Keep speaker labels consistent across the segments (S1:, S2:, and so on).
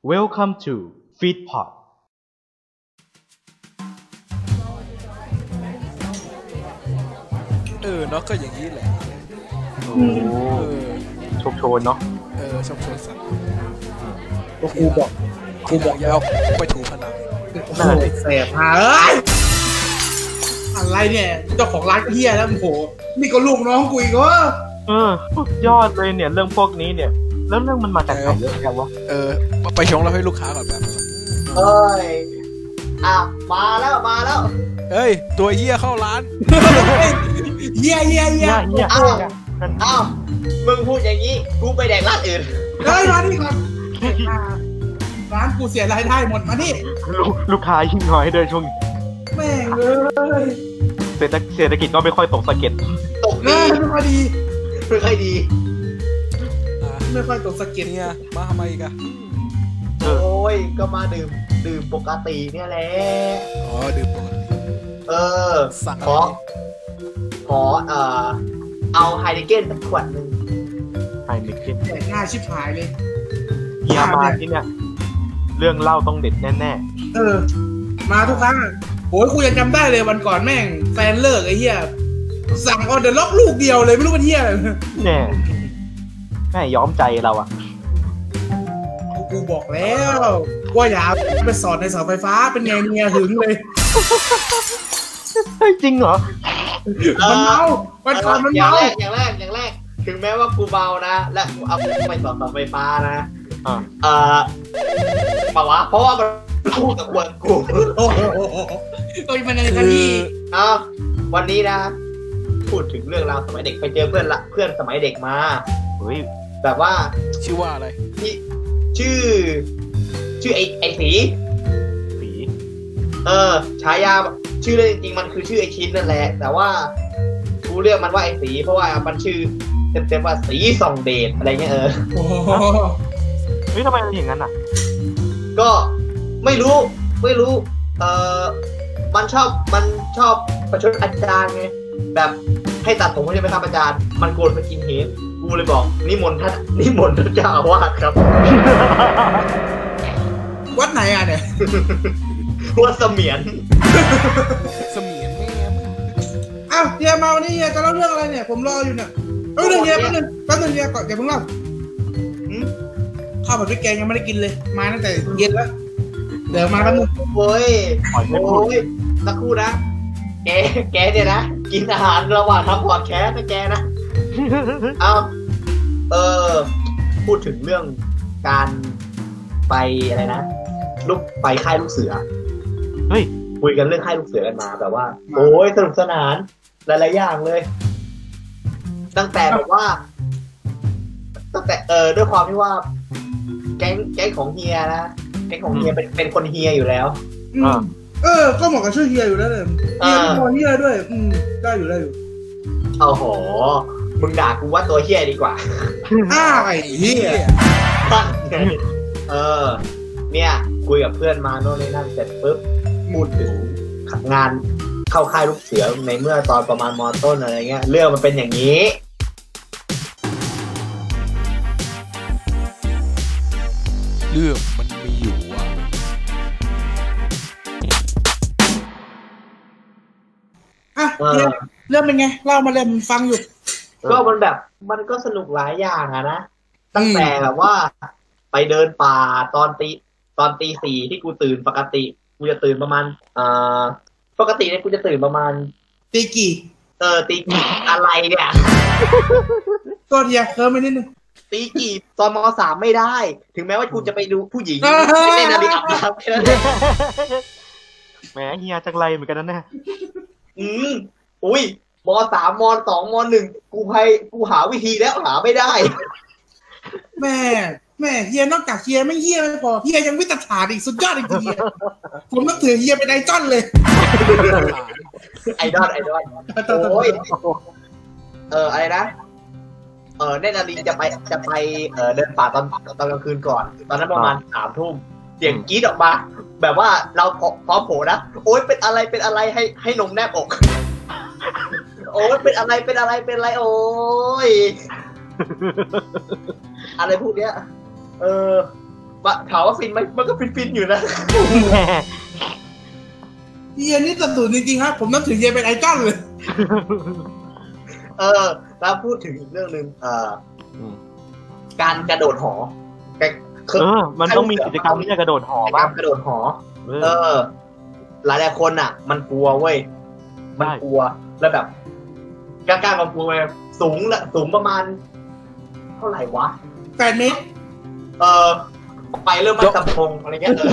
S1: Welcome to Feedpot
S2: เออเนาะก็อย่างนี้แหละ
S1: โอ้โห
S2: เออ
S1: โชคโชนเนาะ
S2: เออชมชมสัตว์
S3: ก็กูบอก
S2: กูบอกอยาวไปถูผนัง
S3: โอ้ยแสบมาเอ้ยอะไรเนี่ย เจ้าของร้านเฮียแล้วโอ้โหนี่ก็ลูกน้องกูอีกเหรอ
S1: เออสุดยอดเลยเนี่ยเรื่องพวกนี้เนี่ย แล้วเรื่องมันมาจากไหนเยอะแยะวะ
S2: เออ ไปชงเราให้ลูกค้าก่อนแบบ
S4: เอ้ยอ่ะมาแล้ว มาแล้ว
S2: เฮ้ย ตัวเหี้ยเข้าร้าน
S3: เฮียเฮียเฮีย
S1: เนี่ยเนี่ย
S4: อ้าว
S1: นั่น
S4: อ้าวมึงพูดอย่างนี้ กูไปแดกร้านอื่น
S3: เฮ้ยมานี่ก่อนร้านกูเสียรายได้หมดมานี่
S1: ลูกลูกค้ายิ่งน้อยด้วยช่วงนี้
S3: แม่งเอ้ย
S1: เศรษฐเศรษฐกิจก็ไม่ค่อยตกสะเก็ด
S4: ตก
S3: เออ
S4: ดี
S3: ไม่ค่อยดี
S4: ไม่ค่อยดี
S3: ไม่ค่อยตกสะเก็ด
S2: เนี่ย มาทำไมอีกอะ
S1: เออ
S4: โอ้ย ก็มาดื่ม ดื่มปกติเนี่ยแหละ
S2: อ๋อ ดื่มปกติ
S4: เออ
S2: สั่งอะ
S4: ข
S2: ไร
S4: อ
S2: ดี
S4: ขอ เอ่อ เอาไฮเดรเกนสักขวดหนึ่ง
S1: ไอ้เด็กเก็ต
S3: แดกหน้าชิบหายเลย
S1: เฮียมาที่เนี่ย เรื่องเล่าต้องเด็ดแน่
S3: เออ มาทุกครั้งอะโอ้ยกูยังจำได้เลยวันก่อนแม่ง แฟนเลิกไอ้เฮียสั่งออเดอร์ล็อกลูกเดียวเลยไม่รู้มันเฮียอะไร
S1: ๆแน่แม่ย้อมใจเราอะ
S3: กูบอกแล้วว่าอย่าเอาไปสอนในเสาไฟฟ้าเป็นไงเมียหึงเลย
S1: เฮ้ยจริงเหรอ
S3: มันเมามันก่อนมัน
S4: อย่าง
S3: เมา
S4: แรก อย่างแรก อย่างแรก ถึงแม้ว่ากูเมานะ และกูเอาไปต่อเสาไฟฟ้านะ
S1: อ่า
S4: เอ่อเปล่าวะเพราะว่ามัน คู่กับขวดกู
S3: โอ้โหโอ้โหโอ้ยมันอะไรกั
S2: คื
S3: น
S2: อ
S3: นี่
S4: อ้าววันนี้นะ พูดถึงเรื่องราวสมัยเด็กไปเจอเพื่อนละเพื่อนสมัยเด็กมา
S1: เฮ้ย
S4: แบบว่า
S2: ชื่อว่าอะไร
S4: ที่ชื่อ ชื่อไอไอสี
S1: สี
S4: เออฉายาชื่อเรื่องจริงๆมันคือชื่อไอชินนั่นแหละ แต่ว่ากูเรียกมันว่าไอสี เพราะว่ามันชื่อเต็มๆว่าสีส่องเดชอะไรเงี้ยเออ
S3: โอ้โห
S1: เฮ้ยทำไมเป็นอย่างนั้นอ่ะ
S4: ก็ไม่รู้ไม่รู้ เออมันชอบมันชอบประชดอาจารย์ไงแบบให้ตัดผมใช่ไหมครับอาจารย์ มันโกรธไปกินเฮดกูเลยบอกนิมนต์ท่านนิมนต์ท่านเจ้าอาวาสครับ
S3: วัดไหนอ่ะเนี่ย
S4: หัวเสมียน
S2: เสมียนแม่มึง
S3: อ้าวเฮียเมานี่เฮียจะเล่าเรื่องอะไรเนี่ย ผมรออยู่เนี่ยเอ้ยเรื่องเฮียแป๊บนึงแป๊บนึงเฮียก่อนอย่าเพิ่งเล่า
S4: หืม
S3: ข้าวผัดพริกแกงยังไม่ได้กินเลย มาตั้งแต่เย็นแล้วเดี๋ยวมาแป๊บนึง
S4: โอ้ย
S1: ปล่อยไม่พูด
S4: โอ้ยสักครู่นะ แกแกเนี่ยนะ กินอาหารระหว่างทำพอดแคสต์นะแกนะ เอาเออ พูดถึงเรื่องการไปอะไรนะลูกไปค่ายลูกเสือ
S1: เฮ้ย
S4: คุยกันเรื่องค่ายลูกเสือกันมาแบบว่า โอ้ยสนุกสนาน หลายๆอย่างเลย ตั้งแต่แบบว่า ตั้งแต่เออด้วยความที่ว่า แก๊งแก๊งของเฮียนะแก๊งของเฮียเป็นเป็นคนเฮียอยู่แล้ว
S3: อืม
S1: อ่า
S3: เออ ก็เหมาะกับชื่อเฮียอยู่แล้วเลยเฮียเป็นคนเฮียด้วย อืมได้อยู่ได้อยู่
S4: โอ้โหมึงด่ากูว่าตัวเฮียดีกว่า
S3: อ้าวไอ้เฮี
S2: เหี้
S3: ย
S2: ย
S4: ตั้งใจเออ เนี่ย คุยกับเพื่อนมาโน่นนี่นั่นเสร็จปุ๊บพูดถึงงานเข้าค่ายลูกเสือในเมื่อตอนประมาณมต้นอะไรเงี้ย เรื่องมันเป็นอย่างนี้
S2: เรื่องมันมีอยู่ว่า
S3: อ่ะ
S4: เออ
S3: เรื่องเรื่องเป็นไงเล่ามาเลยมันฟังอยู่
S4: ก็มันแบบมันก็สนุกหลายอย่างอะนะ ตั้งแต่แบบว่า ไปเดินป่าตอนตีตอนตีสี่ที่กูตื่นปกติ กูจะตื่นประมาณเอ่อปกติเนี่ยกูจะตื่นประมาณ
S3: ตีกี่
S4: เออตีกี่อะไรเนี่ย
S3: ตัวเดียวเคิร์มไปนิดนึง
S4: ตีกี่ตอนมสามไม่ได้ ถึงแม้ว่ากูจะไปดูผู้หญิง
S3: เออ
S4: ไม่ได้นาฬิกาครับแค่นั้นเอง
S1: แหมเฮียจังไรเหมือนกันนะเนี่ย
S4: อืมอุ้ยมสามมสองมหนึ่งกูให้กูหาวิธีแล้วหาไม่ได้
S3: แม่แม่เฮียนอกจากเฮียไม่เฮียไม่พอเฮียยังวิตถานอีกสุดยอดอีกทีเฮียผมนับถือเฮียเป็นไอจอนเลย
S4: ไอดอลไอดอลโอ้ย เอออะไรนะ เออแนนาลีจะไปจะไปเออเดินป่าตอนตอนกลางคืนก่อน ตอนนั้นประมาณสามทุ่มเสียงกรี๊ดออกมา แบบว่าเราพร้อมโผล่นะโอ๊ยเป็นอะไรเป็นอะไรให้ให้นมแนบอก โอ๊ยเป็นอะไรเป็นอะไรเป็นอะไรโอ๊ยอะไรพวกเนี้ย เออ ปะถามว่าฟินไหมมันก็ฟินๆอยู่นะ
S3: เฮียนี่ตัดสูนจริงๆครับ ผมนับถือเฮียเป็นไอดอลเลย
S4: เออ แล้วพูดถึงอีกเรื่องหนึ่งเอ่ออ
S1: ม
S4: การกระโดดหอแกเคย
S1: เออ มันต้องมีกิจกรรมที่จะกระโดดหอ
S4: กิจกร
S1: บ้า
S4: รง มกระโดดหอ
S1: เอ
S4: เอ
S1: อ
S4: อ หลายหลายๆคนอ่ะ มันกลัวเว้ย มัน
S1: ใช่
S4: กลัว แล้วแบบกล้ากล้าๆความกลัวแบบสูงละสูงประมาณ เท่าไหร่วะ
S3: แปดเมตร
S4: เออ ไปเริ่มมันตะพงอะไรเงี้ย เออ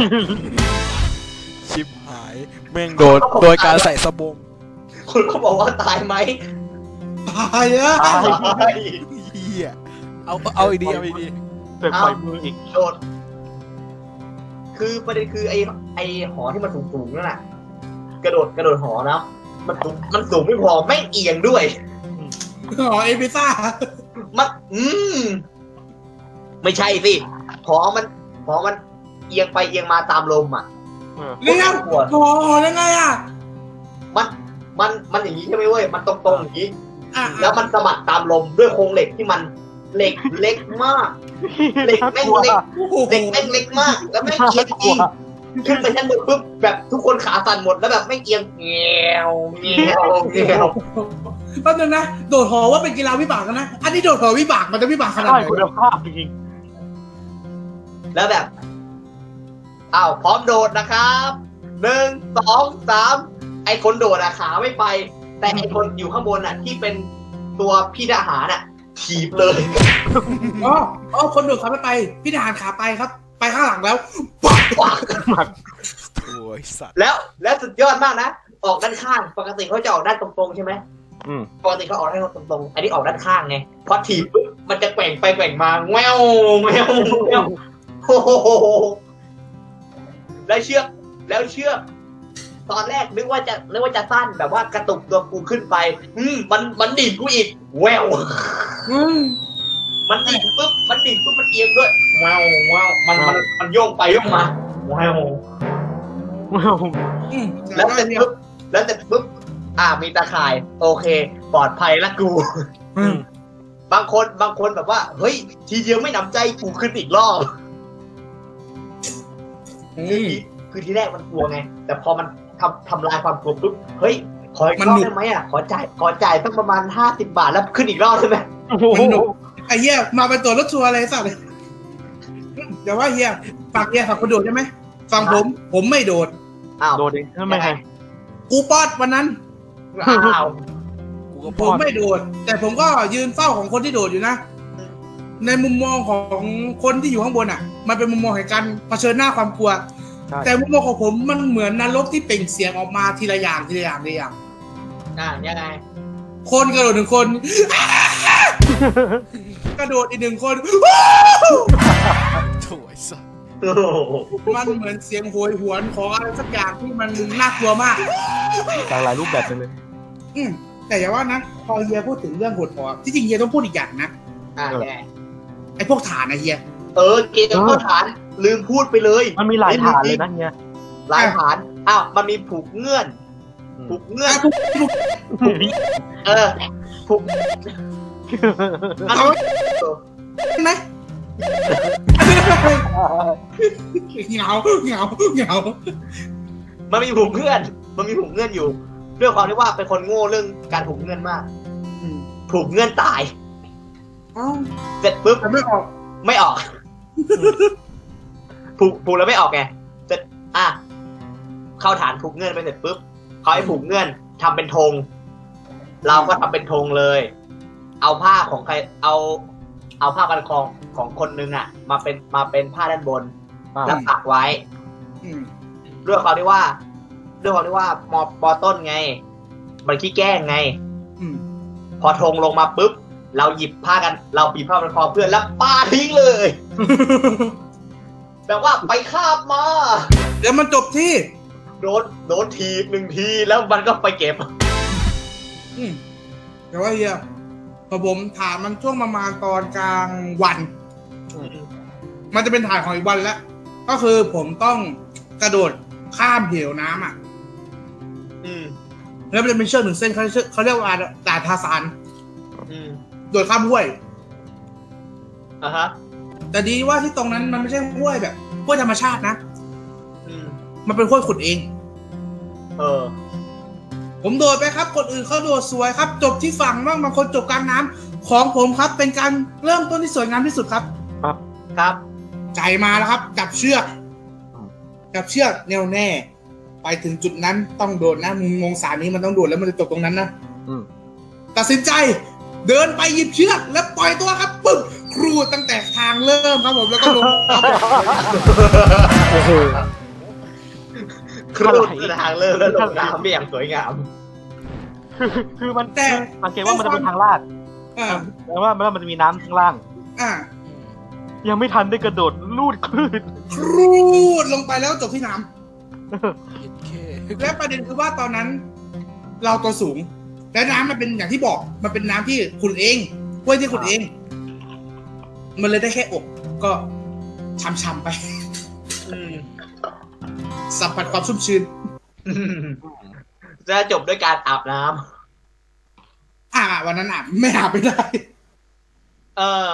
S2: ชิบหาย แม่งโดนโดยการใส่สบง
S4: คุณก็บอกว่าตายไหม
S3: ตายแล้ว
S1: ตาย
S4: ตาย
S2: เฮียเอาเอาอีกดีเอาอีกดี
S1: เปิดปล่อยมืออีก
S4: โดด คือประเด็นคือไอไอหอที่มันสูงๆนั่นแหละกระโดดกระโดดหอนะมันสูงมันสูงไม่พอแม่งเอียงด้วย
S3: อ๋อเอพิซ่า
S4: มันอืม ไม่ใช่สิหอมันหอมันเอียงไปเอียงมาตามลมอ่ะ
S1: เออ
S3: เรียบ
S4: ปวด
S3: พอแล้วไงอ่ะ
S4: มันมันมันอย่างนี้ใช่ไหมเว้ย มันตรงๆอย่างนี้
S3: อ่ะ
S4: แล้วมันสะบัดตามลมด้วยโครงเหล็กที่มันเหล็กเล็กมาก เหล็กแม่งเล็ก
S3: โอ้โห
S4: เด็กแม่งเล็กมาก แล้วแม่งเอียงจริงขึ้นไปชั้นบนปุ๊บแบบทุกคนขาสั่นหมดแล้วแบบแม่งเอียงเงี้ยวเงี้ยวเงี้ยว
S3: แป๊บนึงนะ โดดหอว่าเป็นกีฬาวิบากกันนะ อันนี้โดดหอวิบากมันจะวิบากขนาด
S1: ใช่
S3: ไหน
S1: คุณภาพจริง
S4: แล้วแบบอ้าวพร้อมโดดนะครับหนึ่งสองสามไอคนโดดอะขาไม่ไป แต่ไอคนอยู่ข้างบนอะที่เป็นตัวพี่ทหารอะถีบเลย
S3: อ๋ออ๋อคนโดดขาไม่ไป พี่ทหารขาไปครับ ไปข้างหลังแล้วปัก
S2: โอ้ยสัตว์
S4: แล้ว แล้วสุดยอดมากนะออกด้านข้าง ปกติเขาจะออกด้านตรงๆใช่ไหม
S1: ๆอืม
S4: ปกติเขาออกด้านตรงๆ อันนี้ออกด้านข้างไง พอถีบปุ๊บมันจะแกว่งไปแกว่งมาแววแววแววโอ้โหแล้วเชือก แล้วเชือก ตอนแรกนึกว่าจะนึกว่าจะสั้นแบบว่ากระตุกตัวกูขึ้นไป อืมมันมันดิ่งกูอีกแวว
S3: อืม
S4: มันดิ่งปุ๊บ มันดิ่งปุ๊บมันเอียงด้วยแววแววมันมันมันโยกไปโยกมาแวว
S3: อืม
S4: แล้วเสร็จปุ๊บ แล้วเสร็จปุ๊บ อ่า มีตาข่าย โอเค ปลอดภัยละกู
S3: อืม
S4: บางคนบางคนแบบว่า เฮ้ย ทีเดียวไม่หนำใจกูขึ้นอีกรอบ คือที่แรกมันกลัวไง แต่พอมันทำทำลายความกลัวปุ๊บ เฮ้ย ขออีกร
S3: มั
S4: อบ
S3: นหนุก
S4: ได้ไหมอ่ะ ขอจ่าย ขอจ่ายตั้งประมาณห้าสิบบาทแล้วขึ้นอีกรอบใช่ไหม
S1: โอ้โห
S3: มันหนุก ไอ้เหี้ยมาเป็นตัวรถทัวร์อะไรสัตว์เลยเดี๋ยวว่าเฮียฝากเฮียฝากคนโดดได้ไหมฟังผม ผมไม่โดด
S4: อ้าว
S1: โดดเองทำไมไง
S3: กูปอดวันนั้น
S4: อ้าว
S2: กูก็พ
S3: ผ
S2: อ
S3: ม
S2: ด
S3: ไม่โดด แต่ผมก็ยืนเฝ้าของคนที่โดดอยู่นะ ในมุมมองของคนที่อยู่ข้างบนอ่ะ มันเป็นมุมมองแห่งการเผชิญหน้าความกลัว
S1: ใช่
S3: แต่มุมมองของผมมันเหมือนนรกที่เปล่งเสียงออกมาทีละอย่างทีละอย่างทีละอย่าง
S4: อ่ายังไง
S3: คนกระโดดหนึ่งคน กระโดดอีกหนึ่งคน
S2: โถ่ไอ้สัตว์
S4: โอ้โห
S3: มันเหมือนเสียงโหยหวนของอะไรสักอย่างที่มันน่ากลัวมาก
S1: หลากหลายรูปแบบไปเลย
S3: อืมแต่อย่าว่านะพอเฮียพูดถึงเรื่องหดหอที่จริงเฮียต้องพูดอีกอย่างนะ
S4: อ่ายังไง
S3: ไอ้พวกฐานนะเฮีย
S4: เออ เกมข้อฐาน ลืมพูดไปเลย
S1: มันมีหลายฐานเลยนะเนี่ย
S4: หลายฐาน อ้าว มันมีผูกเงื่อน
S1: อืม
S4: ผูกเงื่อน เออ ผูก
S3: เอาไหมเหงาเหงาเหงา
S4: มันมีผูกเงื่อน มันมีผูกเงื่อนอยู่ ด้วยความที่ว่าเป็นคนโง่เรื่องการผูกเงื่อนมาก
S3: อืม
S4: ผูกเงื่อนตาย
S3: เอ้า
S4: เสร็จปุ๊บ
S3: แต่ไม่ออก
S4: ไม่ออก ผูกผูกแล้วไม่ออกไง เสร็จ อ่ะ เข้าฐานผูกเงื่อนไปเสร็จปุ๊บเขาให้ผูกเงื่อนทำเป็นธง เราก็ทำเป็นธงเลย เอาผ้าของใคร เอา เอาผ้าพันคอของคนนึงอ่ะ มาเป็น มาเป็นผ้าด้านบน
S1: อ่า
S4: แล้วปักไว้
S3: อืม
S4: ด้วยความที่ว่า ด้วยความที่ว่ามอปอต้นไง มันขี้แกล้งไง
S3: อืม
S4: พอธงลงมาปุ๊บ เราหยิบผ้ากัน เราปีผ้าพันคอเพื่อนแล้วปาทิ้ง เลยแบบว่าไปคาบมา
S3: เดี๋ยวมันจบที่
S4: โดนโดนทีบหนึ่งทีแล้วมันก็ไปเก็บ
S3: อืมแต่ว่าเฮียพอผมถามมันช่วงประมาณตอนกลางวัน มันจะเป็นถ่ายของอีกวันแล้ว ก็คือผมต้องกระโดดข้ามเหวน้ำอ่ะ
S4: อืม
S3: แล้วมันจะเป็นเชือกหนึ่งเส้นเขาเชือกเขาเรียกว่าด่านทาซาน
S4: อืม
S3: โดดข้ามห้วย
S4: อ่ะฮะ
S3: แต่ดีว่าที่ตรงนั้นมันไม่ใช่ห้วยแบบห้วยธรรมชาตินะ
S4: อืม
S3: มันเป็นห้วยขุดเอง
S4: เออ
S3: ผมโดดไปครับ คนอื่นเขาโดดสวยครับ จบที่ฝั่งบ้างบางคนจบกลางน้ำของผมครับ เป็นการเริ่มต้นที่สวยงามที่สุดครับ
S4: ครับ
S3: ใจมาแล้วครับ จับเชือก จับเชือกแน่วแน่ ไปถึงจุดนั้นต้องโดดนะมึงมงสารนี้มันต้องโดดแล้วมันจะจบตรงนั้นนะ
S1: อืม
S3: ตัดสินใจ เดินไปหยิบเชือกแล้วปล่อยตัวครับปึ๊บครูดตั้งแต่ทางเริ่มครับผมแล้วก็ลงครับ
S1: โอ้โห
S4: ครูด
S1: อะไร
S4: คือทางเริ่มแล้วลงน้ำไปอย่างสวยงาม
S1: คือคือมัน
S3: แต่
S1: คือสังเกตว่ามันจะเป็นทางลาด
S3: อ่า
S1: แปลว่าแปลว่ามันจะมีน้ำข้างล่าง
S3: อ่า
S1: ยังไม่ทันได้กระโดดลูดคลื่น
S3: ครูดลงไปแล้วจบที่น้ำ
S2: โอเค
S3: และประเด็นคือว่าตอนนั้น เราตัวสูง และน้ำมันเป็นอย่างที่บอก มันเป็นน้ำที่ขุนเองห้วยที่ขุนเอง มันเลยได้แค่อกก็ช้ำๆไป
S4: อืม
S3: สัมผัสความชุ่มชื้น
S4: จะจบด้วยการอาบน้ำ
S3: อ่าวันนั้นอ่ะไม่อาบไม่ได้
S4: เออ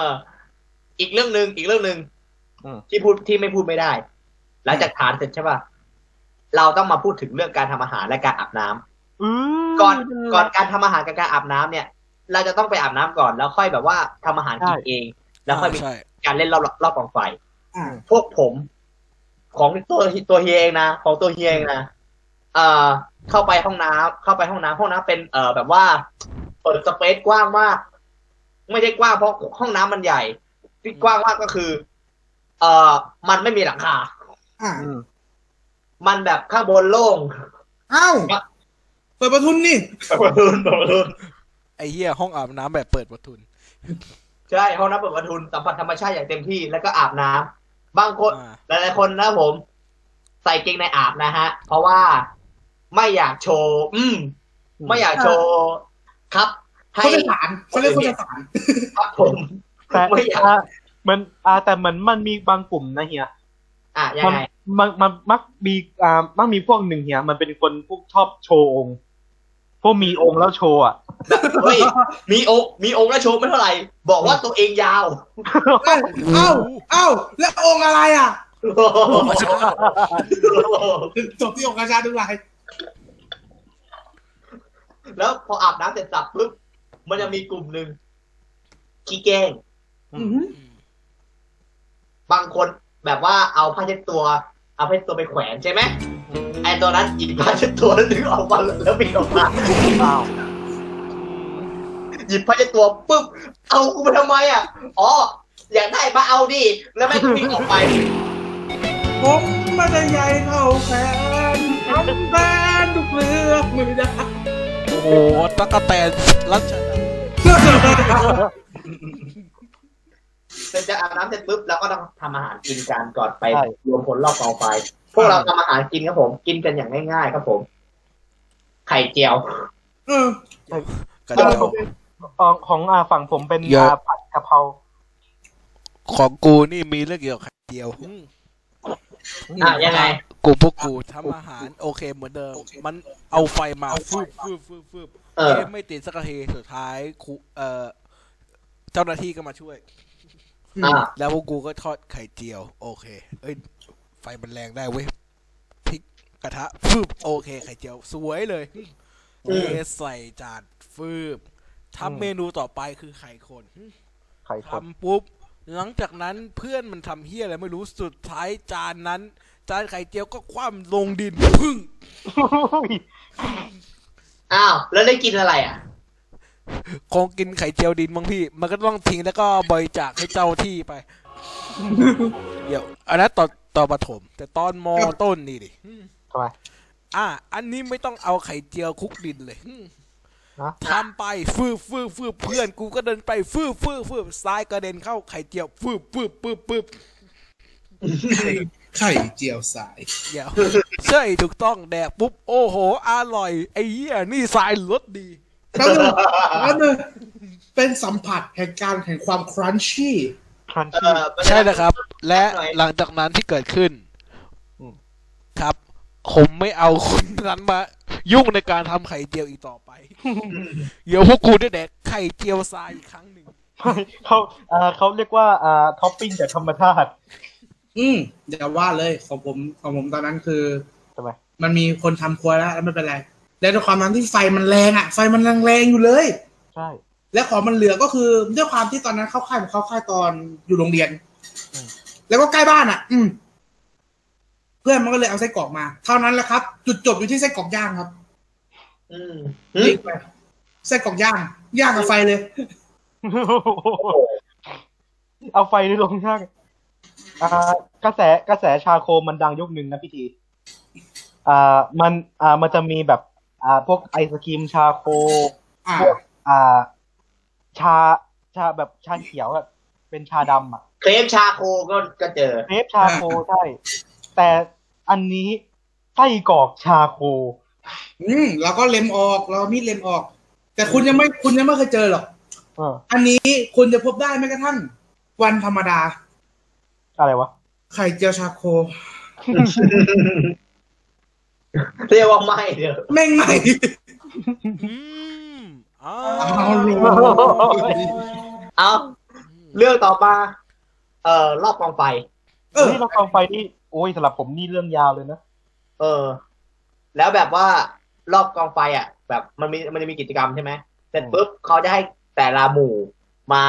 S4: อีกเรื่องหนึ่งอีกเรื่องหนึ่ง
S1: อืม
S4: ที่พูดที่ไม่พูดไม่ได้ หลังจากฐานเสร็จใช่ป่ะเราต้องมาพูดถึงเรื่องการทำอาหารและการอาบน้ำ
S1: อือ
S4: ก่อนก่อนการทำอาหารกับการอาบน้ำเนี่ย เราจะต้องไปอาบน้ำก่อนแล้วค่อยแบบว่าทำอาหารกินเอง แล้วค่อยมี
S2: ใช่
S4: การเล่นรอบรอบกองไฟ
S3: อ่า
S4: พวกผม ของตัวตัวเฮียเองนะของตัวเฮียเองนะเอ่อเข้าไปห้องน้ำเข้าไปห้องน้ำห้องน้ำเป็นเอ่อแบบว่า เปิดสเปซกว้างมากไม่ใช่กว้างเพราะห้องน้ำมันใหญ่ที่กว้างมากก็คือ เอ่อมันไม่มีหลังคา
S3: อ่า
S1: อืม
S4: มันแบบข้างบนโล่ง
S3: เอ้าเปิดประทุนนี่
S4: ประทุนเปิดประทุน
S2: ไอ้เหี้ยห้องอาบน้ำแบบเปิดประทุน
S4: ใช่ห้องน้ำเปิดประทุนสัมผัสธรรมชาติอย่างเต็มที่แล้วก็อาบน้ำบางคน
S2: อ่า
S4: หลายๆคนนะผม ใส่เกงในอาบนะฮะ เพราะว่าไม่อยากโชว์ อืม ไม่อยากโชว์ครับ
S3: เขา
S4: ให้
S3: เป็นสารเขาเรียกคนเป็นสาร
S4: ครับผม
S1: แต่
S4: ไม่อยาก
S1: อ่ะมันอ่าแต่เหมือนมันมีบางกลุ่มนะเฮีย
S4: อ่ะยัง
S1: มัน
S4: ไง
S1: มันมันมักมีอ่ามักมีพวกหนึ่งเฮียมันเป็นคนพวกชอบโชว์องค์ พวกมีองค์แล้วโชว์อ่ะ
S4: เฮ้ย มีองค์มีองค์และโชว์ไม่เท่าไหร่ บอกว่าตัวเองยาว
S3: เอ้าเอ้าเอ้าแล้วองค์อะไรอ่ะจบที่องค์กระชาดูไร
S4: แล้วพออาบน้ำเสร็จสับปุ๊บ มันจะมีกลุ่มหนึ่งขี้แกล้ง
S3: อื้อหือบ
S4: างคนแบบว่าเอาผ้าเช็ดตัว เอาผ้าเช็ดตัวไปแขวนใช่ไหมไอตัวนั้นหยิบผ้าเช็ดตัวแล้วดึงออกมา แล้วปิดออกมาหยิบผ้าเช็ดตัวปุ๊บเอากูไปทำไมอ่ะอ๋ออยากได้มาเอาดิแล้วไม่งก็วิ่งออกไป
S3: ผมไม่ได้ใหญ่เท่าแฟนทำแฟนทุกเลือกมือได้
S2: โอ้โหตะกะแตนรัชดา
S4: เสร็จจากอาบน้ำเสร็จปุ๊บเราก็ต้องทำอาหารกินกันก่อนไป
S1: ใช่
S4: รวมผลรอบกองไฟพวกเราทำอาหารกินครับผม กินกันอย่างง่าย ๆ ครับผม ไข่เจียว
S3: เออ
S2: กระเจียว
S1: ของของอ่าฝั่งผมเป็น
S2: เยอะ
S1: อ่าผัดกะเพรา
S2: ของกูนี่มีเรื่องเกี่ยวกับไข่เจียว
S4: อ่ะยังไง
S2: กูพวกกูทำอาหาร โอเคเหมือนเดิม
S3: โอเค
S2: มันเอาไฟมาฟืบฟืบฟืบฟืบ
S4: เออ
S2: เอ๊ะไม่ติดสักทีสุดท้ายครูเอ่อเจ้าหน้าที่ก็มาช่วย
S4: อ่า
S2: แล้วพวกกูก็ทอดไข่เจียว โอเค เอ้ย ไฟมันแรงได้เว้ยพริกกระทะฟืบโอเค ไข่เจียว สวยเลย
S4: อืม
S2: เทใส่จานฟืบทำเมนูต่อไปคือไข่คน
S1: ไข่สด
S2: ทำปุ๊บ หลังจากนั้นเพื่อนมันทำเฮี้ยอะไรไม่รู้สุดท้ายจานนั้น จานไข่เจียวก็คว่ำลงดินพึ่ง
S4: อ้าวแล้วได้กินอะไรอ่ะ
S2: คงกินไข่เจียวดินมั้งพี่ มันก็ต้องทิ้งแล้วก็บริจาคให้เจ้าที่ไป เดี๋ยว อันนั้นตอนตอนประถม แต่ตอนมอต้นนี่ดิ
S1: ทำไม
S2: อ่ะอันนี้ไม่ต้องเอาไข่เจียวคลุกดินเลย
S1: ฮะ
S2: ทำไปฟืบฟืบฟืบเพื่อนกูก็เดินไปฟืบฟืบฟืบซ้ายกระเด็นเข้าไข่เจียวฟืบฟืบฟืบฟืบ
S3: ไข่เจียวสาย
S2: เดี๋ยว ใช่ถูกต้องแดกปุ๊บ โอ้โห อร่อย ไอ้เหี้ย นี่สายรสดี
S3: แล้วหนึ่งแล้วหนึ่งเป็นสัมผัสแห่งการแห่งความครันชี่
S1: ครัน
S4: เอ
S1: ชี่
S4: อ
S2: ใช่นะครับ และหลังจากนั้นที่เกิดขึ้น
S1: อืม
S2: ครับ ผมไม่เอาคนนั้นมา ยุ่งในการทำไข่เจียวอีกต่อไป เดี๋ยวพวกกูได้แดกไข่เจียวทรายอีกครั้งหนึ่ง
S1: ไม่เขาเอ่อเขาเรียกว่าอ่าท็อปปิ้งจากธรรมชาติ
S3: อืมเดี๋ยวว่าเลยของผมของผมตอนนั้นคือ
S1: ใช่ไหม
S3: มันมีคนทำครัวแล้วแล้วไม่เป็นไร แล้วด้วยความนั้นที่ไฟมันแรงอ่ะ ไฟมันแรงๆอยู่เลย
S1: ใช่
S3: และของมันเหลือก็คือด้วยความที่ตอนนั้นเข้าค่ายผมเข้าค่ายตอนอยู่โรงเรียน แล้วก็ใกล้บ้านอ่ะ อืม เพื่อนมันก็เลยเอาไส้กรอกมา เท่านั้นแหละครับ จุดจบอยู่ที่ไส้กรอกย่างครับ
S4: อืม
S3: ยิงไปไส้กรอกย่าง ย่างกับไฟเลย
S1: เอาไฟลงช่างอ่ากระแสกระแสชาโคมันดังยุคหนึ่งนะพี่ทีอ่ามันอ่ามันจะมีแบบ อ่าพวกไอศกรีมชาโค
S3: อ่า
S1: พวกอ่า ชาชาแบบชาเขียวอะเป็นชาดำอะ
S4: เครปชาโคก็ก็เจอ
S1: เครปชาโค ใช่แต่อันนี้ไส้กรอกชาโค
S3: อืมเราก็เล็มออก เรามีดเล็มออก แต่คุณยังไม่คุณยังไม่เคยเจอหรอก
S1: เออ
S3: อันนี้คุณจะพบได้แม้กระทั่ง วันธรรมดา
S1: อะไรวะ
S3: ไข่เจียวชาโค
S4: เรียกว่าไม่เถอะ
S3: แม่งใหม่
S2: อืมอ้า
S3: เอา
S2: ว
S3: ลง
S4: เอาเรื่องต่อมา เอ่อ รอบกองไฟ
S3: เออ
S1: นี่ เรากองไฟนี่โอ้ยสำหรับผมนี่เรื่องยาวเลยนะ
S4: เออ แล้วแบบว่ารอบกองไฟอ่ะ แบบมันมีมันจะมีกิจกรรมใช่ไหมเสร็จปุ๊บเขาจะให้แต่ละหมู่มา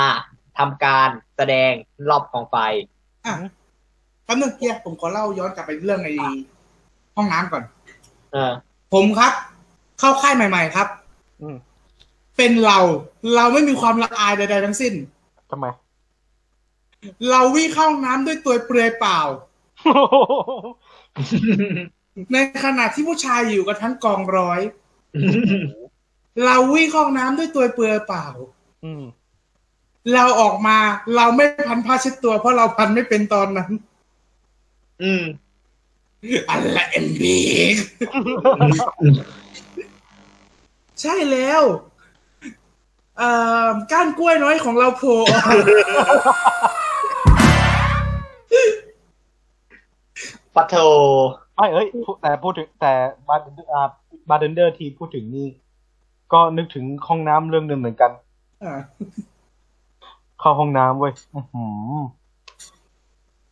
S4: ทำการแสดงรอบกองไฟ
S3: อ่ะแป๊บนึงเฮียผมขอเล่าย้อนกลับไปเรื่องไอ้ห้องน้ำก่อน
S4: เออ
S3: ผมครับ เข้าค่ายใหม่ ๆ ครับ
S1: อืม
S3: เป็นเราเราไม่มีความละอายใดๆทั้งสิ้น
S1: ทำไม
S3: เราวิ่งเข้าห้องน้ำด้วยตัวเปลือยเปล่า ในขณะที่ผู้ชายอยู่กันทั้งกองร้อย เราวิ่งเข้าห้องน้ำด้วยตัวเปลือยเปล่า
S1: อืม
S3: เราออกมาเราไม่พันผ้าเช็ดตัว เพราะเราพันไม่เป็นตอนนั้น
S4: อืม
S3: อะไรเอ็นบีใช่แล้วเอ่อก้านกล้วยน้อยของเราโผล่ออก
S4: ปัทโท
S1: ไม่เอ้ยพูดแต่พูดถึงแต่บาร์เดนเดอร์อ่าบาร์เดนเดอร์ทีพูดถึงนี่ ก็นึกถึงห้องน้ำเรื่องหนึ่งเหมือนกัน
S3: อ่ะ
S1: เข้าห้องน้ำเว้ยอื้อหือ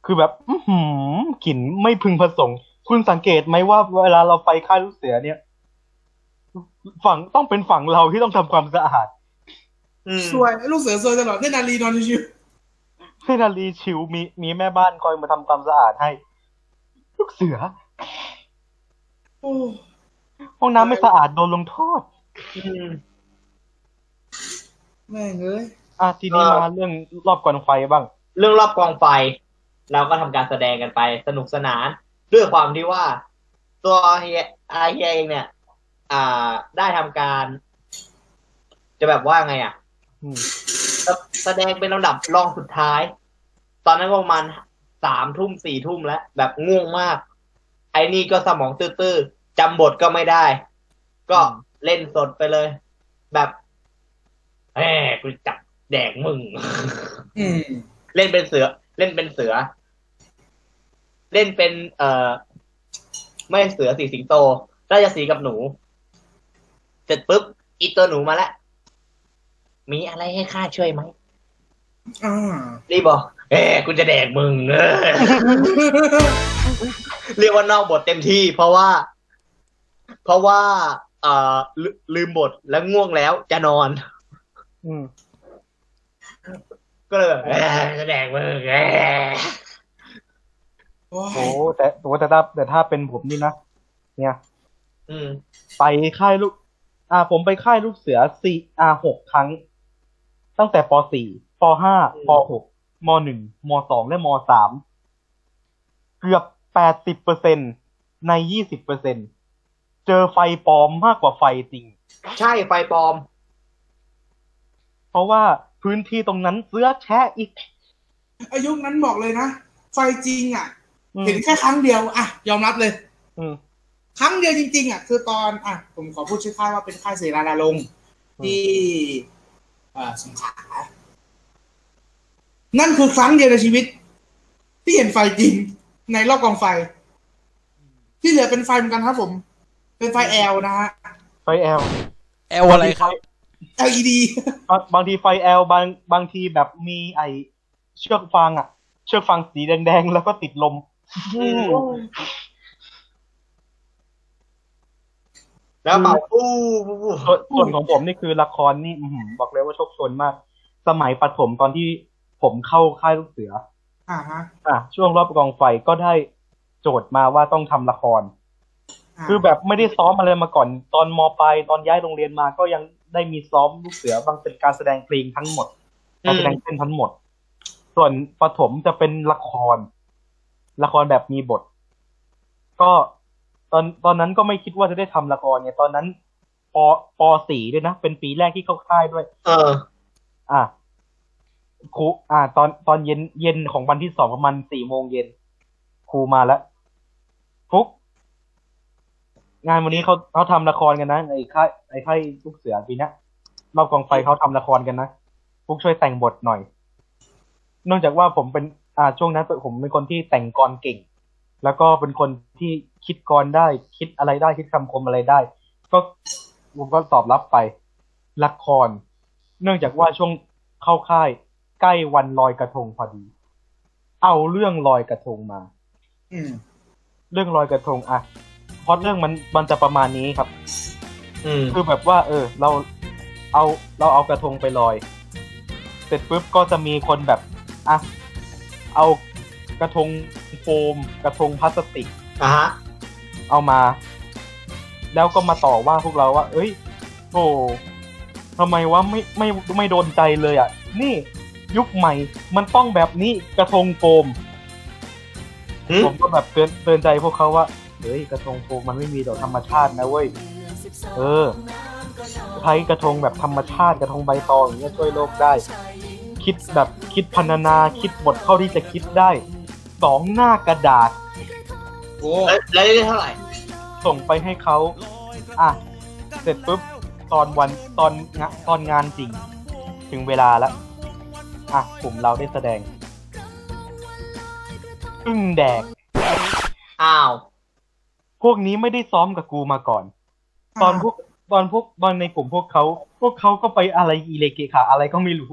S1: คือแบบ อื้อหือกลิ่นไม่พึงประสงค์ คุณสังเกตไหมว่าเวลาเราไปค่ายลูกเสือเนี่ย ฝั่งต้องเป็นฝั่งเราที่ต้องทำความสะอาด
S4: อืม
S3: สวยลูกเสือสวยตลอดเนี่ยนาลีนอนชิว
S1: ให้นาลีชิวมีมีแม่บ้านคอยมาทำความสะอาดให้ ลูกเสือ
S3: ๆโอ้
S1: ห้องน้ำไม่สะอาดโดนลงโทษ
S4: อืม
S3: แม่งเอ้ย
S1: อ่ะทีนี้
S4: เออ
S1: มาเรื่องรอบก่อนไฟบ้าง
S4: เรื่องรอบกองไฟ เราก็ทำการแสดงกันไปสนุกสนาน ด้วยความที่ว่า ตัวเฮียอาเฮียเองเนี่ย อ่าได้ทำการ จะแบบว่าไงอ่ะ
S1: อืม
S4: แสดงเป็นลำดับรองสุดท้าย ตอนนั้นก็ประมาณสามทุ่มสี่ทุ่มแล้ว แบบง่วงมาก ไอ้นี่ก็สมองตื้อๆจำบทก็ไม่ได้ ก็เล่นสดไปเลย แบบแหมกูจับแดกมึง
S3: อืม
S4: เล่นเป็นเสือ เล่นเป็นเสือ เล่นเป็น เอ่อ ไม่เสือสีสิงโตราชสีห์กับหนู เสร็จปุ๊บอีตัวหนูมาแล้ว มีอะไรให้ข้าช่วยไหม
S3: อ่า
S4: รีบบอก เอ้กูจะแดกมึงเออ เรียกว่านอกบทเต็มที่ เพราะว่า เพราะว่า เอ่อลืลืมบทแล้วง่วงแล้วจะนอน
S1: อืม
S4: ก็เลยแบบเอ้ยจะแดกมึงเอ้ย
S3: โอ้
S1: โอ้
S3: ย
S1: แต่โอ้แต่ถ้าแต่ถ้าเป็นผมนี่นะ เนี่ย
S4: อืม
S1: ไปค่ายลูก อ่า ผมไปค่ายลูกเสือสี่อ่าหกครั้ง ตั้งแต่ปสี่ปห้า
S4: อืม
S1: ปหกมหนึ่งมสองและมสามเกือบแปดสิบเปอร์เซ็นในยี่สิบเปอร์เซ็นเจอไฟปลอมมากกว่าไฟจริง
S4: ใช่ไฟปลอม
S1: เพราะว่าพื้นที่ตรงนั้นเสื้อแชะอีก
S3: อายุนั้นบอกเลยนะ ไฟจริงอ่ะ
S1: อืม
S3: เห็นแค่ครั้งเดียวอ่ะ ยอมรับเลย
S1: อืม
S3: ครั้งเดียวจริงๆอ่ะคือตอนอ่ะผมขอพูดชื่อค่ายว่าเป็นค่ายเสราลาลงค์
S1: อืม
S3: ที่เอ่อสงขลานั่นคือครั้งเดียวในชีวิต ที่เห็นไฟจริง ในรอบกองไฟ ที่เหลือเป็นไฟเหมือนกันครับผม เป็นไฟแอลนะฮะ
S1: ไฟแอล
S2: แอลอะไรครับ
S3: LED
S1: บางบางทีไฟแอลบางบางทีแบบมีไอเชือกฟางอะเชือกฟางสีแดงๆ แล้วก็ติดลม
S4: แล้วเป่าปู้
S1: ส่วนส่วนของผมนี่คือละครนี่อื้อหือบอกเลยว่าโชคชนมาก สมัยประถมตอนที่ผมเข้าค่ายลูกเสือ
S3: อ่าฮะ
S1: อ่ะช่วงรอบกองไฟก็ได้โจทย์มาว่าต้องทำละคร
S3: า
S1: คือแบบไม่ได้ซ้อมอะไรมาก่อน ตอนมปลายตอนย้ายโรงเรียนมาก็ยังได้มีซ้อมลูกเสือบางเป็นการแสดงเพลงทั้งหมดการแสดงเต้นทั้งหมด ส่วนปฐมจะเป็นละคร ละครแบบมีบท ก็ตอนตอนนั้นก็ไม่คิดว่าจะได้ทำละครเนี่ยตอนนั้นปปสี่ด้วยนะ เป็นปีแรกที่เข้าค่ายด้วย
S4: เออ
S1: อ่ะครูอ่า ตอนตอนเย็นเย็นของวันที่สองประมาณสี่โมงเย็นครูมาแล้วฟุก งานวันนี้เขาเขาทำละครกันนะไอ้ค่ายไอ้ค่ายลูกเสือปีเนี้ยรอบกองไฟเขาทำละครกันนะฟุกช่วยแต่งบทหน่อยเนื่องจากว่าผมเป็น อ่าช่วงนั้นผมเป็นคนที่แต่งกรเก่ง แล้วก็เป็นคนที่คิดกรได้ คิดอะไรได้คิดคำคมอะไรได้ ก็ผมก็ตอบรับไป ละคร เนื่องจากว่าช่วงเข้าค่าย ใกล้วันลอยกระทงพอดี เอาเรื่องลอยกระทงมา
S3: อืม
S1: เรื่องลอยกระทงอะเพราะเรื่องมันมันจะประมาณนี้ครับ
S4: อืม
S1: คือแบบว่า เออ เราเอาเราเอากระทงไปลอย เสร็จปุ๊บก็จะมีคนแบบอ่ะเอากระทงโฟม กระทงพลาสติก
S4: อ่ะฮะ
S1: เอามา แล้วก็มาต่อว่าพวกเราว่า เอ้ยโธ่ทำไมวะไม่ไม่ไม่โดนใจเลยอ่ะ นี่ยุคใหม่มันต้องแบบนี้กระทงโฟม
S4: หืม
S1: ผมก็แบบเตือนเตือนใจพวกเขาว่าเฮ้ยกระทงโฟมมันไม่มีดอกธรรมชาตินะเว้ย เออใช้กระทงแบบธรรมชาติกระทงใบตองอย่างเงี้ยช่วยโลกได้ คิดแบบคิดพรรณนาคิดบทเท่าที่จะคิดได้สองหน้ากระดาษ
S3: โอ้
S4: แล้วแล้วได้เท่าไหร่
S1: ส่งไปให้เขา อ่ะ เสร็จปุ๊บ ตอนวัน ตอนงะตอนงานจริง ถึงเวลาแล้ว อ่ะ กลุ่มเราได้แสดงอึ้งแดก
S4: อ้าว
S1: พวกนี้ไม่ได้ซ้อมกับกูมาก่อน ตอนพวก ตอนพวกตอนในกลุ่มพวกเขา พวกเขาก็ไปอะไรอีเลเกะขาอะไรก็ไม่รู้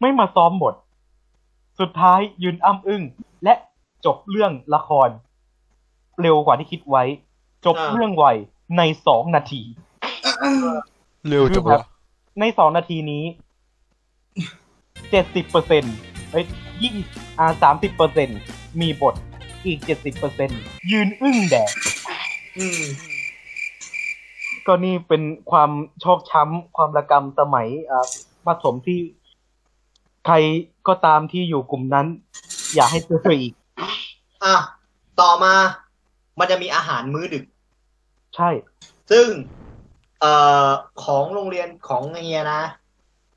S1: ไม่มาซ้อมบท สุดท้ายยืนอ้ำอึ้ง และจบเรื่องละคร เร็วกว่าที่คิดไว้ จบ
S4: อ่า
S1: เรื่องไวในสองนาที
S2: เร็วจังวะ
S1: ในสองนาทีนี้ เจ็ดสิบเปอร์เซ็นเอ้ยยี่อ่าสามสิบเปอร์เซ็นมีบท อีกเจ็ดสิบเปอร์เซ็นยืนอึ้งแดด
S4: อืม
S1: ก็นี่เป็นความชอกช้ำความระกำสมัยอ่าผสมที่ใครก็ตามที่อยู่กลุ่มนั้น อย่าให้เจออีก
S4: อ่ะ ต่อมา มันจะมีอาหารมื้อดึก
S1: ใช่
S4: ซึ่ง เอ่อ ของโรงเรียนของเฮียนะ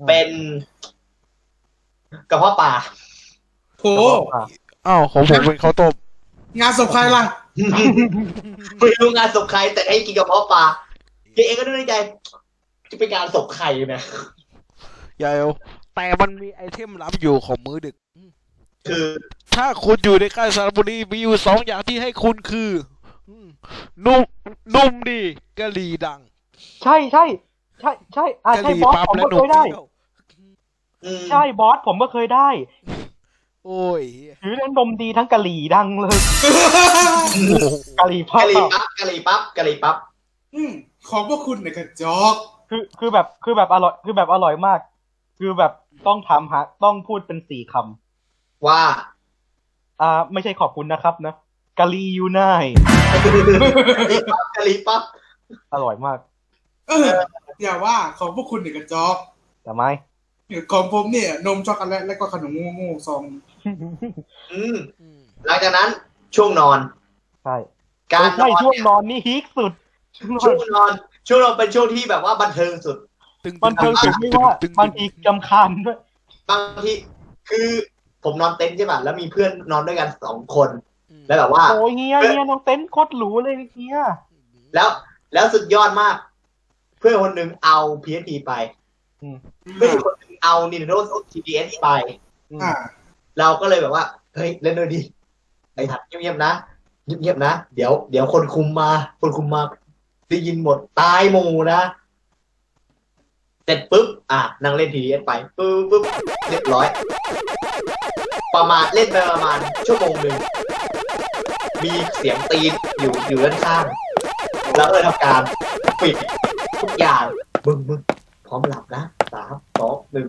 S4: เป็นกระเพาะปลา
S3: โอ้
S1: โอ้
S2: อ้าวของผมเป็นข้าวต้ม
S3: งานศพใครล่ะ
S4: ไม่รู้งานศพใครแต่ให้กินกระเพาะปลาเฮียเองก็นึกในใจ จะเป็นงานศพใครนะ
S2: ยายเอาแต่มันมีไอเทมลับอยู่ของมื้อดึก
S4: คือ
S2: ถ้าคุณอยู่ในค่ายสารบุรีมีอยู่สองอย่างที่ให้คุณคืออืมนุ่มนุ่มดีกะหรี่ดัง
S1: ใช่ใช่ใช่ใช่อ่าก
S2: ะห
S1: ใช่
S2: รี่
S1: บอส
S2: ปั๊บ
S1: ผม
S2: และ
S1: ก็
S2: หนม
S1: เคยได้
S2: เปรี้ยว
S4: อืม
S1: ใช่บอสผมก็เคยได้
S2: โอ้ยเหี้ย
S1: ถือเล่นดมดีทั้งกะหรี่ดังเลย
S2: โอ้โห
S1: กะหรี่ภาพ
S4: กะหรี่ปั๊บกะหรี่ปั๊บกะหรี่ปั๊บ
S3: อืมของพวกคุณเนี่ยกระจอก
S1: คือคือแบบคือแบบอร่อยคือแบบอร่อยมาก คือแบบต้องถามหาต้องพูดเป็นสี่ค
S4: ว่า
S1: ำอ่า ไม่ใช่ขอบคุณนะครับนะกะลียูไน
S4: กะหรี่ปั๊บกะหรี่ปั๊บ
S1: อร่อยมาก
S3: เอออย่าว่าของพวกคุณเนี่ยกระจอก
S1: แต่ไม่
S3: ของผมเนี่ย นมช็อกโกแลตแล้วก็ขนมโง่ๆซอง
S4: อืม
S2: อืม
S4: หลังจากนั้นช่วงนอน
S1: ใช่
S4: การน
S1: ใช่
S4: อน
S1: ช่วง
S4: เนี่ย
S1: นอนนี่ฮิกสุด
S4: ช่วงนอน ช่วงนอนเป็นช่วงที่แบบว่าบันเทิงสุด
S2: ตึง
S1: มันเทิงสุดที่ว่า
S2: ตึง
S1: บางทีจำคาญด้วย
S4: บางทีคือผมนอนเต็นท์ใช่ป่ะแล้วมีเพื่อนนอนด้วยกันสองคน
S2: อืม
S4: แล้วแบบว่า
S1: โอ้ยเฮียเฮียน้องเต้นโคตรหรูเลยเฮีย
S4: แล้ว แล้วสุดยอดมาก เพื่อนคนหนึ่งเอา PSP ไป เพื่อนอีกคนหนึ่งเอา Nintendo DS ไป
S3: อ่า
S4: เราก็เลยแบบว่า เฮ้ย เล่นด้วยดิไอ้ถัดเงียบๆนะเงียบๆนะ เดี๋ยวเดี๋ยวคนคุมมา คนคุมมาได้ยินหมดตายหมูนะ เสร็จปุ๊บ อ่ะนั่งเล่นทีดีเอสไปปุ๊บปุ๊บเรียบร้อย ประมาณเล่นไปประมาณชั่วโมงหนึ่ง มีเสียงตีนอยู่อยู่ด้านข้าง แล้วก็เลยทำการปิดทุกอย่างมึงมึงพร้อมหลับนะสามสองหนึ่ง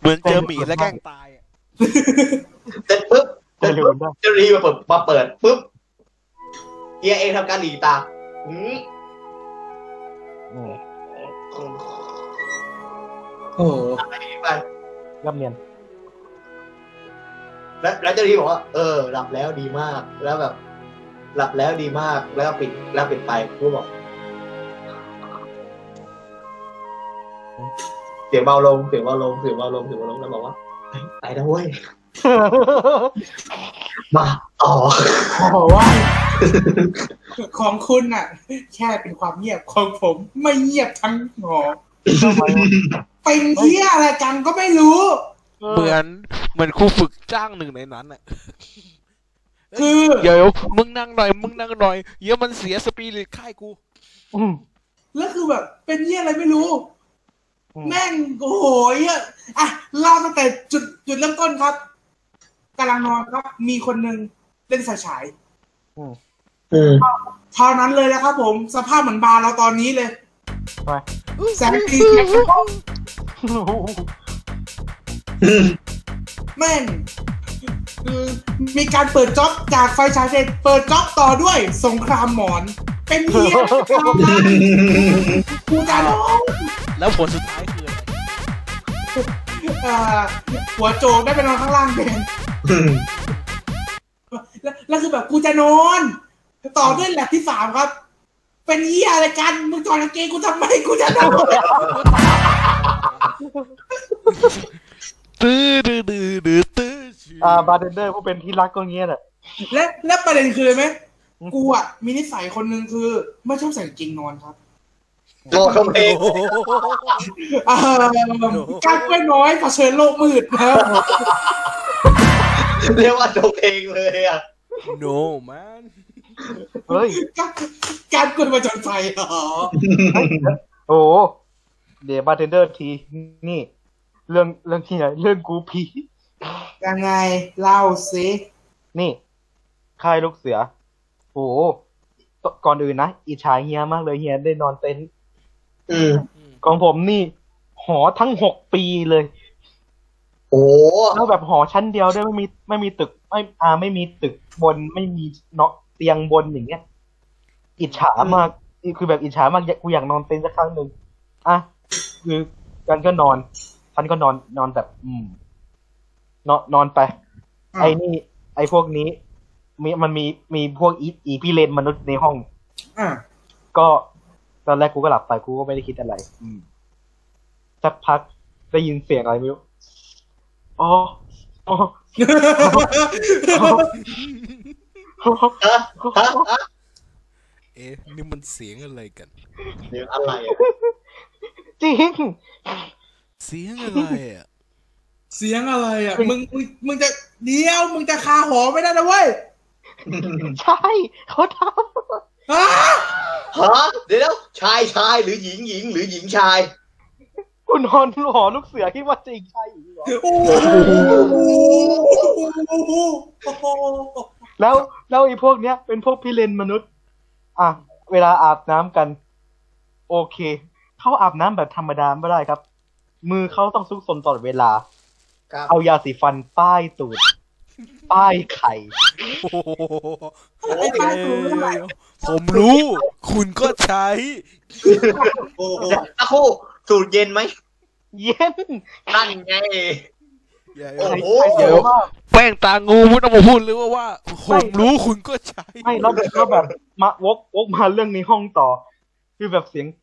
S5: เหมือนเจอหมีแล้วแกล้ง
S2: ตายอะ
S4: เสร็จปุ๊บเส
S1: จะ
S4: ร็จ
S1: เร็ว
S4: ปุ๊บ
S1: ได้
S4: เจ้าหน้าที่มาเปิดมาเปิดปุ๊บเฮียเองทำการหลีตาอืม
S1: อืม
S3: โอ้โห
S4: ไป
S1: รับเนียน
S4: แล้วแล้วเจ้าหน้าที่บอกว่า เออ หลับแล้วดีมาก แล้วแบบ หลับแล้วดีมาก แล้วก็ปิด แล้วปิดไปกูบอก เสียงเบาลง เสียงเบาลง เสียงเบาลง เสียงเบาลง แล้วบอกว่าเฮ้ยไปนะเว้ย มาต่อ
S1: โอ้ว่า
S3: ของคุณน่ะ แค่เป็นความเงียบของผมไม่เงียบทั้งหอ
S1: ทำไมวะ
S3: เป็นเที่ยอะไรกันก็ไม่รู้
S2: เหมือนเหมือนครูฝึกจ้างหนึ่งในนั้นอ่ะ
S3: คือ
S2: เดี๋ยวๆมึงนั่งหน่อย มึงนั่งหน่อย เดี๋ยวมันเสียสปิริตค่ายกู
S1: อืม
S3: แล้วคือแบบ เป็นเที่ยอะไรไม่รู้
S1: อืม
S3: แม่งโอ้โหเหี้ยอะอ่ะเล่าตั้งแต่จุดจุดเริ่มต้นครับกำลังนอนครับ มีคนหนึ่งเล่นสายฉาย
S4: อืม
S3: เท่านั้นเลยนะครับผมสภาพเหมือนบาร์เราตอนนี้เลย
S1: ไป
S3: แสงตีแสงเข้าแม่งคือมีการเปิดจ็อบจากไฟฉายเสร็จเปิดจ็อบต่อด้วยสงครามหมอน เป็นเฮียนะครับกูจะร้อง
S2: แล้วผลสุดท้ายคืออะไร
S3: เอ่อหัวโจกได้ไปนอนข้างล่างเองแล้วแล้วคือแบบกูจะนอน ต่อด้วยแลบที่สามครับ เป็นเฮียอะไรกันมึงจอดกางเกงกูทำไมกูจะนอน
S2: ตื้อดื้อดื้อดื้อตื้อชื่อ
S1: อ่าบาร์เทนเดอร์ผู้เป็นที่รักก็เงี้ยแหละ
S3: และและประเด็นคืออะไรไหม
S1: อืม
S3: กูอ่ะมีนิสัยคนหนึ่งคือ ไม่ชอบใส่กางเกงนอนครับ
S4: โลกเขาเอง
S2: โอ้โห
S3: เอ่อการกล้วยน้อยเผชิญโลกมืด นะครับ
S4: เรียกว่าโลกเองเลยอ่ะ
S2: โนมัน
S1: เฮ้ย
S3: การการกล้วยมาจนไฟอ๋อ
S1: โอ้โหเดี๋ยวบาร์เทนเดอร์ทีนี่ เรื่องเรื่องที่ไหนเรื่องกูผี
S3: ยังไงเล่าสิ
S1: นี่ค่ายลูกเสือ โอ้โหตก่อนอื่นนะอิจฉาเฮียมากเลยเฮียได้นอนเต็นท์
S4: อืม
S1: ของผมนี่ หอทั้งหกปีเลย
S4: โอ้โห
S1: แล้วแบบหอชั้นเดียวด้วยไม่มีไม่มีตึกไม่อ่าไม่มีตึกบนไม่มีเนาะเตียงบนอย่างเงี้ย อิจฉามากคือแบบอิจฉามากอยากกูอยากนอนเต็นท์สักครั้งหนึ่งอ่ะคือกันก็นอนฉันก็นอนนอนแบบ อืม นอนนอนไป ไอ้นี่ ไอ้พวกนี้ มีมันมีมีพวกอีอีพี่เลนมนุษย์ในห้อง
S3: อ่ะ
S1: ก็ตอนแรกกูก็หลับไปกูก็ไม่ได้คิดอะไร อืมสักพักได้ยินเสียงอะไรไม่รู้อ๋ออ๋ออ๋อ
S4: ฮะฮะฮะ
S2: เอ๊ะ นี่มันเสียงอะไรกัน
S4: เดี๋ยวอะไรอ่ะ
S1: จริง
S2: เสียงอะไรอ่ะ
S3: เสียงอะไรอ่ะมึงมึงมึงจะเดียวมึงจะคาหอไม่ได้นะเว้ย
S1: ใช่เขาท
S3: อ้า
S4: ฮะเดี๋ยวนะชายชายหรือหญิงหญิงหรือหญิงชาย
S1: ำคุณนอนหอลูกเสือคิดว่าจริงใช่อีกเหรอ
S3: โอ้โหโอ้โหโอ้โห
S1: แล้วแล้วไอ้พวกเนี้ย เป็นพวกพี่เลนมนุษย์ อ่ะ เวลาอาบน้ำกัน โอเค เขาอาบน้ำแบบธรรมดาไม่ได้ครับ มือเขาต้องซุกซนตลอดเวลา
S4: ครับ
S1: เอายาสีฟันป้ายตูด ป้ายไข่
S2: โอ้โห
S3: ไอ้ป้ายตูไม่ได้
S2: ผมรู้ คุณก็ใช้
S3: โอ้โห
S4: อะครู่สูตรเย็นไหม
S1: เย็น
S4: นั่นไง โอ้โห
S1: เดี๋ยวมาก
S2: แป้งตางูไม่ต้องมาพูดเลยว่าว่า ผมรู้คุณก็ใช้
S1: ไม่แล้วแล้วแบบมาวกวกมาเรื่องในห้องต่อ คือแบบเสียง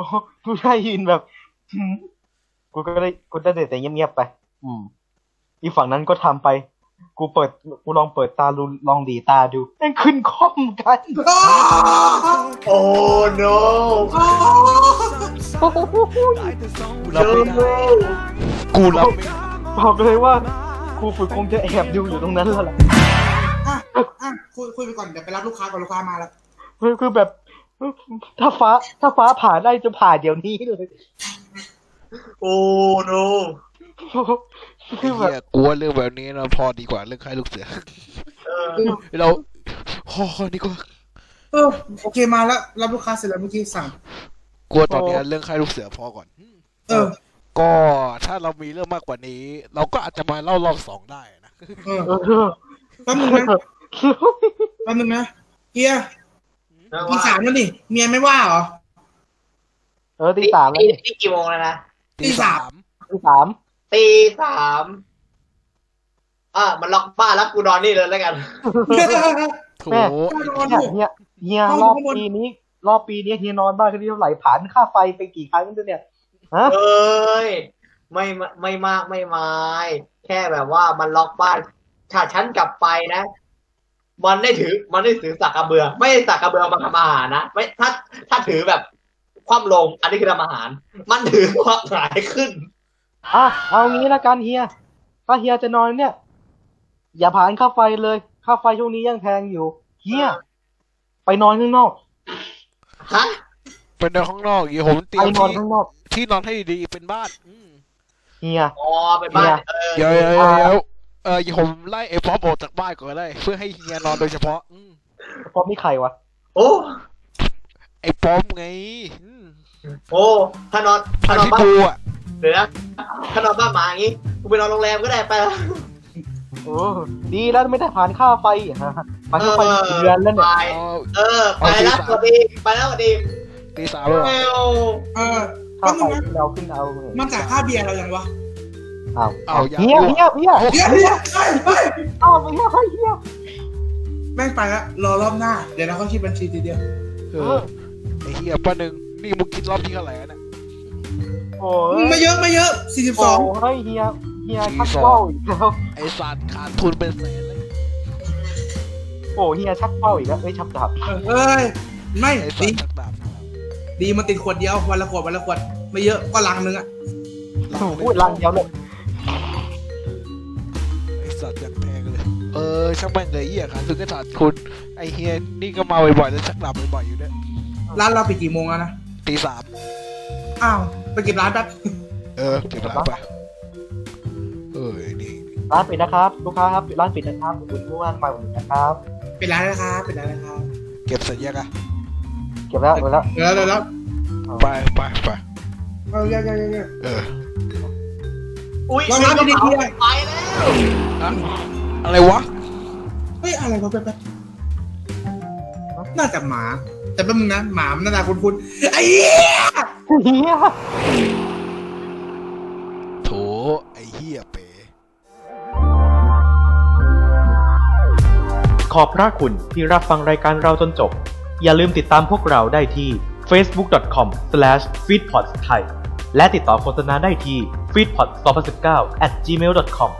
S1: อ๋อกูได้ยินแบบหืมกูก็ได้กูได้แต่เงียบๆไป อืม อีกฝั่งนั้นก็ทำไป กูเปิดกูลองเปิดตาดูลองหลีตาดูแม่งขึ้นคล่อมกัน
S3: อ้าว
S4: โอ้ no
S3: อ้าว
S1: โอ้โห
S2: กูรับไม่ได้กูรับไม่
S1: บอกเล
S2: ได้
S1: ยว่าครูฝึกคงจะแอบดูอยู่ตรงนั้นแล้วล่ะ
S3: อ่ะอ่ะคุยคุยไปก่อน เดี๋ยวไปรับลูกค้าก่อนลูกค้ามาแล้ว
S1: คือคือแบบ ถ้าฟ้า ถ้าฟ้าผ่าได้จะผ่าเดี๋ยวนี้เลย
S4: โอ้โน
S1: คือแบบ
S2: เหี้ยกลัวเรื่องแบบนี้นะพอดีกว่าเรื่องค่ายลูกเสือ
S4: เออ
S2: เราพอดีกว่า
S3: เออโอเคมาแล้วรับลูกค้าเสร็จแล้วเมื่อกี้สั่ง
S2: กลัวตอนเนี้ยเรื่องค่ายลูกเสือพอก่อน
S3: เออ
S2: ก็ถ้าเรามีเรื่องมากกว่านี้ เราก็อาจจะมาเล่ารอบสองได้นะ
S3: เออ
S1: เออ
S3: แป๊บนึงนะแป๊บนึงนะเฮียตีสามแล้วนี่เมียไม่ว่า เหรอ
S1: เออตีสามแล้ว
S4: ตี
S1: เนี่ย
S4: ตีกี่โมงแล้วนะ
S3: ตีสาม
S1: ตีสาม
S4: ตีสามอ่ะมันล็อกบ้านแล้วกูนอนนี่เลยแล้วกัน
S2: โถู
S1: เนี่ยเนี่ยเฮียรอบปีนี้ รอบปีนี้เฮียนอนบ้านคืนที่เท่าไหร่ผ่านค่าไฟไปกี่ครั้งด้วยเนี่ยฮะ
S4: เอ้ย ไม่มาไม่มากไม่มายแค่แบบว่ามันล็อกบ้านถ้าฉันกลับไปนะ มันได้ถือ มันได้ถือสักกระเบือ ไม่ได้สักกระเบือมาทำอาหารนะไม่ถ้าถ้าถือแบบคว่ำลง อันนี้คือทำอาหาร มันถือคว่ำหงายขึ้น
S1: อ่ะเอางี้ละกันเฮียถ้าเฮียจะนอนเนี่ย อย่าผ่านค่าไฟเลยค่าไฟช่วงนี้ยังแพงอยู่เฮียไปนอนข้างนอก
S4: ฮะ
S2: เป็นในห้องนอกอย่างผมเตรีย
S1: ไป
S2: ม
S1: นอน
S2: ที่
S1: ข้างนอก
S2: ที่นอนให้ดีๆเป็นบ้านอืม
S1: เฮีย
S4: อ๋อเป็นบ้าน เออ
S2: เดี๋ยวเดี๋ยวเดี๋ยวเอออย่าผมไล่ไอ้ป๊อปออกจากบ้านก่อนเลยเพื่อให้เฮียนอนโดยเฉพาะอืม
S1: พอมีใครวะ
S4: โอ้
S2: ไอ้ป๊อปไงอืม
S4: โอ้ ถ้านอน ถ้า
S2: อัน
S4: นอน
S2: ที่กู
S4: บ้าน
S2: อ่ะ
S4: เดี๋ยวนะ ถ้านอนบ้านหมาอย่างงี้ กูไปนอนโรงแรมก็ได้ไปละ
S1: โอ้ดีแล้วไม่ได้ผ่านค่าไฟอ่ะฮะผ่านค่าไฟ
S4: เออ
S1: เดือนแล้วเนี่ย
S4: ไป
S2: เอา
S4: เออ ไปแล้วสวัสดี ไปแล้วสวัสดี
S2: ตีสามแล้วเหร
S4: แม
S2: อ
S4: ว
S3: เออแป๊
S1: ค่า
S3: บ
S1: ไฟ
S3: นึงนะ
S1: ที่เราขึ้นเอาเนี่ย
S3: มันจ่ายค่าเบียร์เรายังวะ
S1: เอา
S2: เอาอย่า
S1: เฮียเฮียเฮีย
S3: เฮียเฮียเฮ้ยเฮ้ย
S1: เอาไปเฮียเฮ้ยเฮีย
S3: แม่งไปละรอรอบหน้า เดี๋ยวเราเข้าคิดบัญชีทีเดียว
S2: เออไอ้เฮียป้าหนึ่งนี่มึงกินรอบที่เท่าไหร่แล้วเนี่ย
S1: โอ้
S3: ไม่
S1: ย
S3: เยอะไม่เยอะสี่สิบ
S1: โอ้
S3: สอง
S1: เฮ้ยเฮียเฮีย
S2: สี่
S1: ชัก
S2: สอง
S1: เป้าอีกแล้ว
S2: ไอ้สัตว์ขาดทุนเป็นแสนเลย
S1: โอ้เฮียชักเป้าอีกแล้วเอ้ยชักดาบ
S3: เอ้ย ไม่
S2: ไอ้สั
S3: ดี
S2: ตว์จากดาบ
S3: ดีมันติดขวดเดียววันละขวดวันละขวด ไม่เยอะก็ลังนึงอะ
S1: พูดลังเดียวเลย
S2: ไอ้สัตว์จากแพงเลย เออช่างแม่งเลยเฮียขาดทุนก็ขาดทุนไอ้เฮียนี่ก็มาบ่อยๆแล้วชักดาบบ่อยๆอยู่เนี่ย
S3: ร้านเราปิดกี่โมงแล้วนะ
S2: ตีสาม
S3: อ้าว ไปเก็บร้านแป๊บ
S2: เออเก็บร้านไปเออนี่
S1: ร้านปิดนะครับลูกค้าครับร้านปิดนะครับขอบคุณผู้ว่ามาอุ่นนะครับ
S3: เป็นร้านแล้วครับเป็นร้านแล้วครับ
S2: เก็บเสร็จยังอะ
S1: เก็บแล้วเก็บแล้ว
S3: เดี๋ยวเดี๋ยวเดี๋ยว
S2: ไปไปไป
S3: เอาเยอะเยอะเยอะเยอะ
S2: เออ
S4: อุ้ย
S3: ลองรับดีๆ
S4: ไปแล้ว
S2: อะไรวะ
S3: เฮ้ย อะไรวะแป๊บแป๊บน่าจะหมา แต่แป๊บนึงนะ หมามันหน้าตาคุ้นๆไอ้เหี้ย
S1: เฮีย
S2: โถ ไอ้เหี้ยเป๋
S1: ขอบพระคุณที่รับฟังรายการเราจนจบ อย่าลืมติดตามพวกเราได้ที่ facebook.com/feedpots ไทยและติดต่อโฆษณาได้ที่ feedpots2019 at gmail.com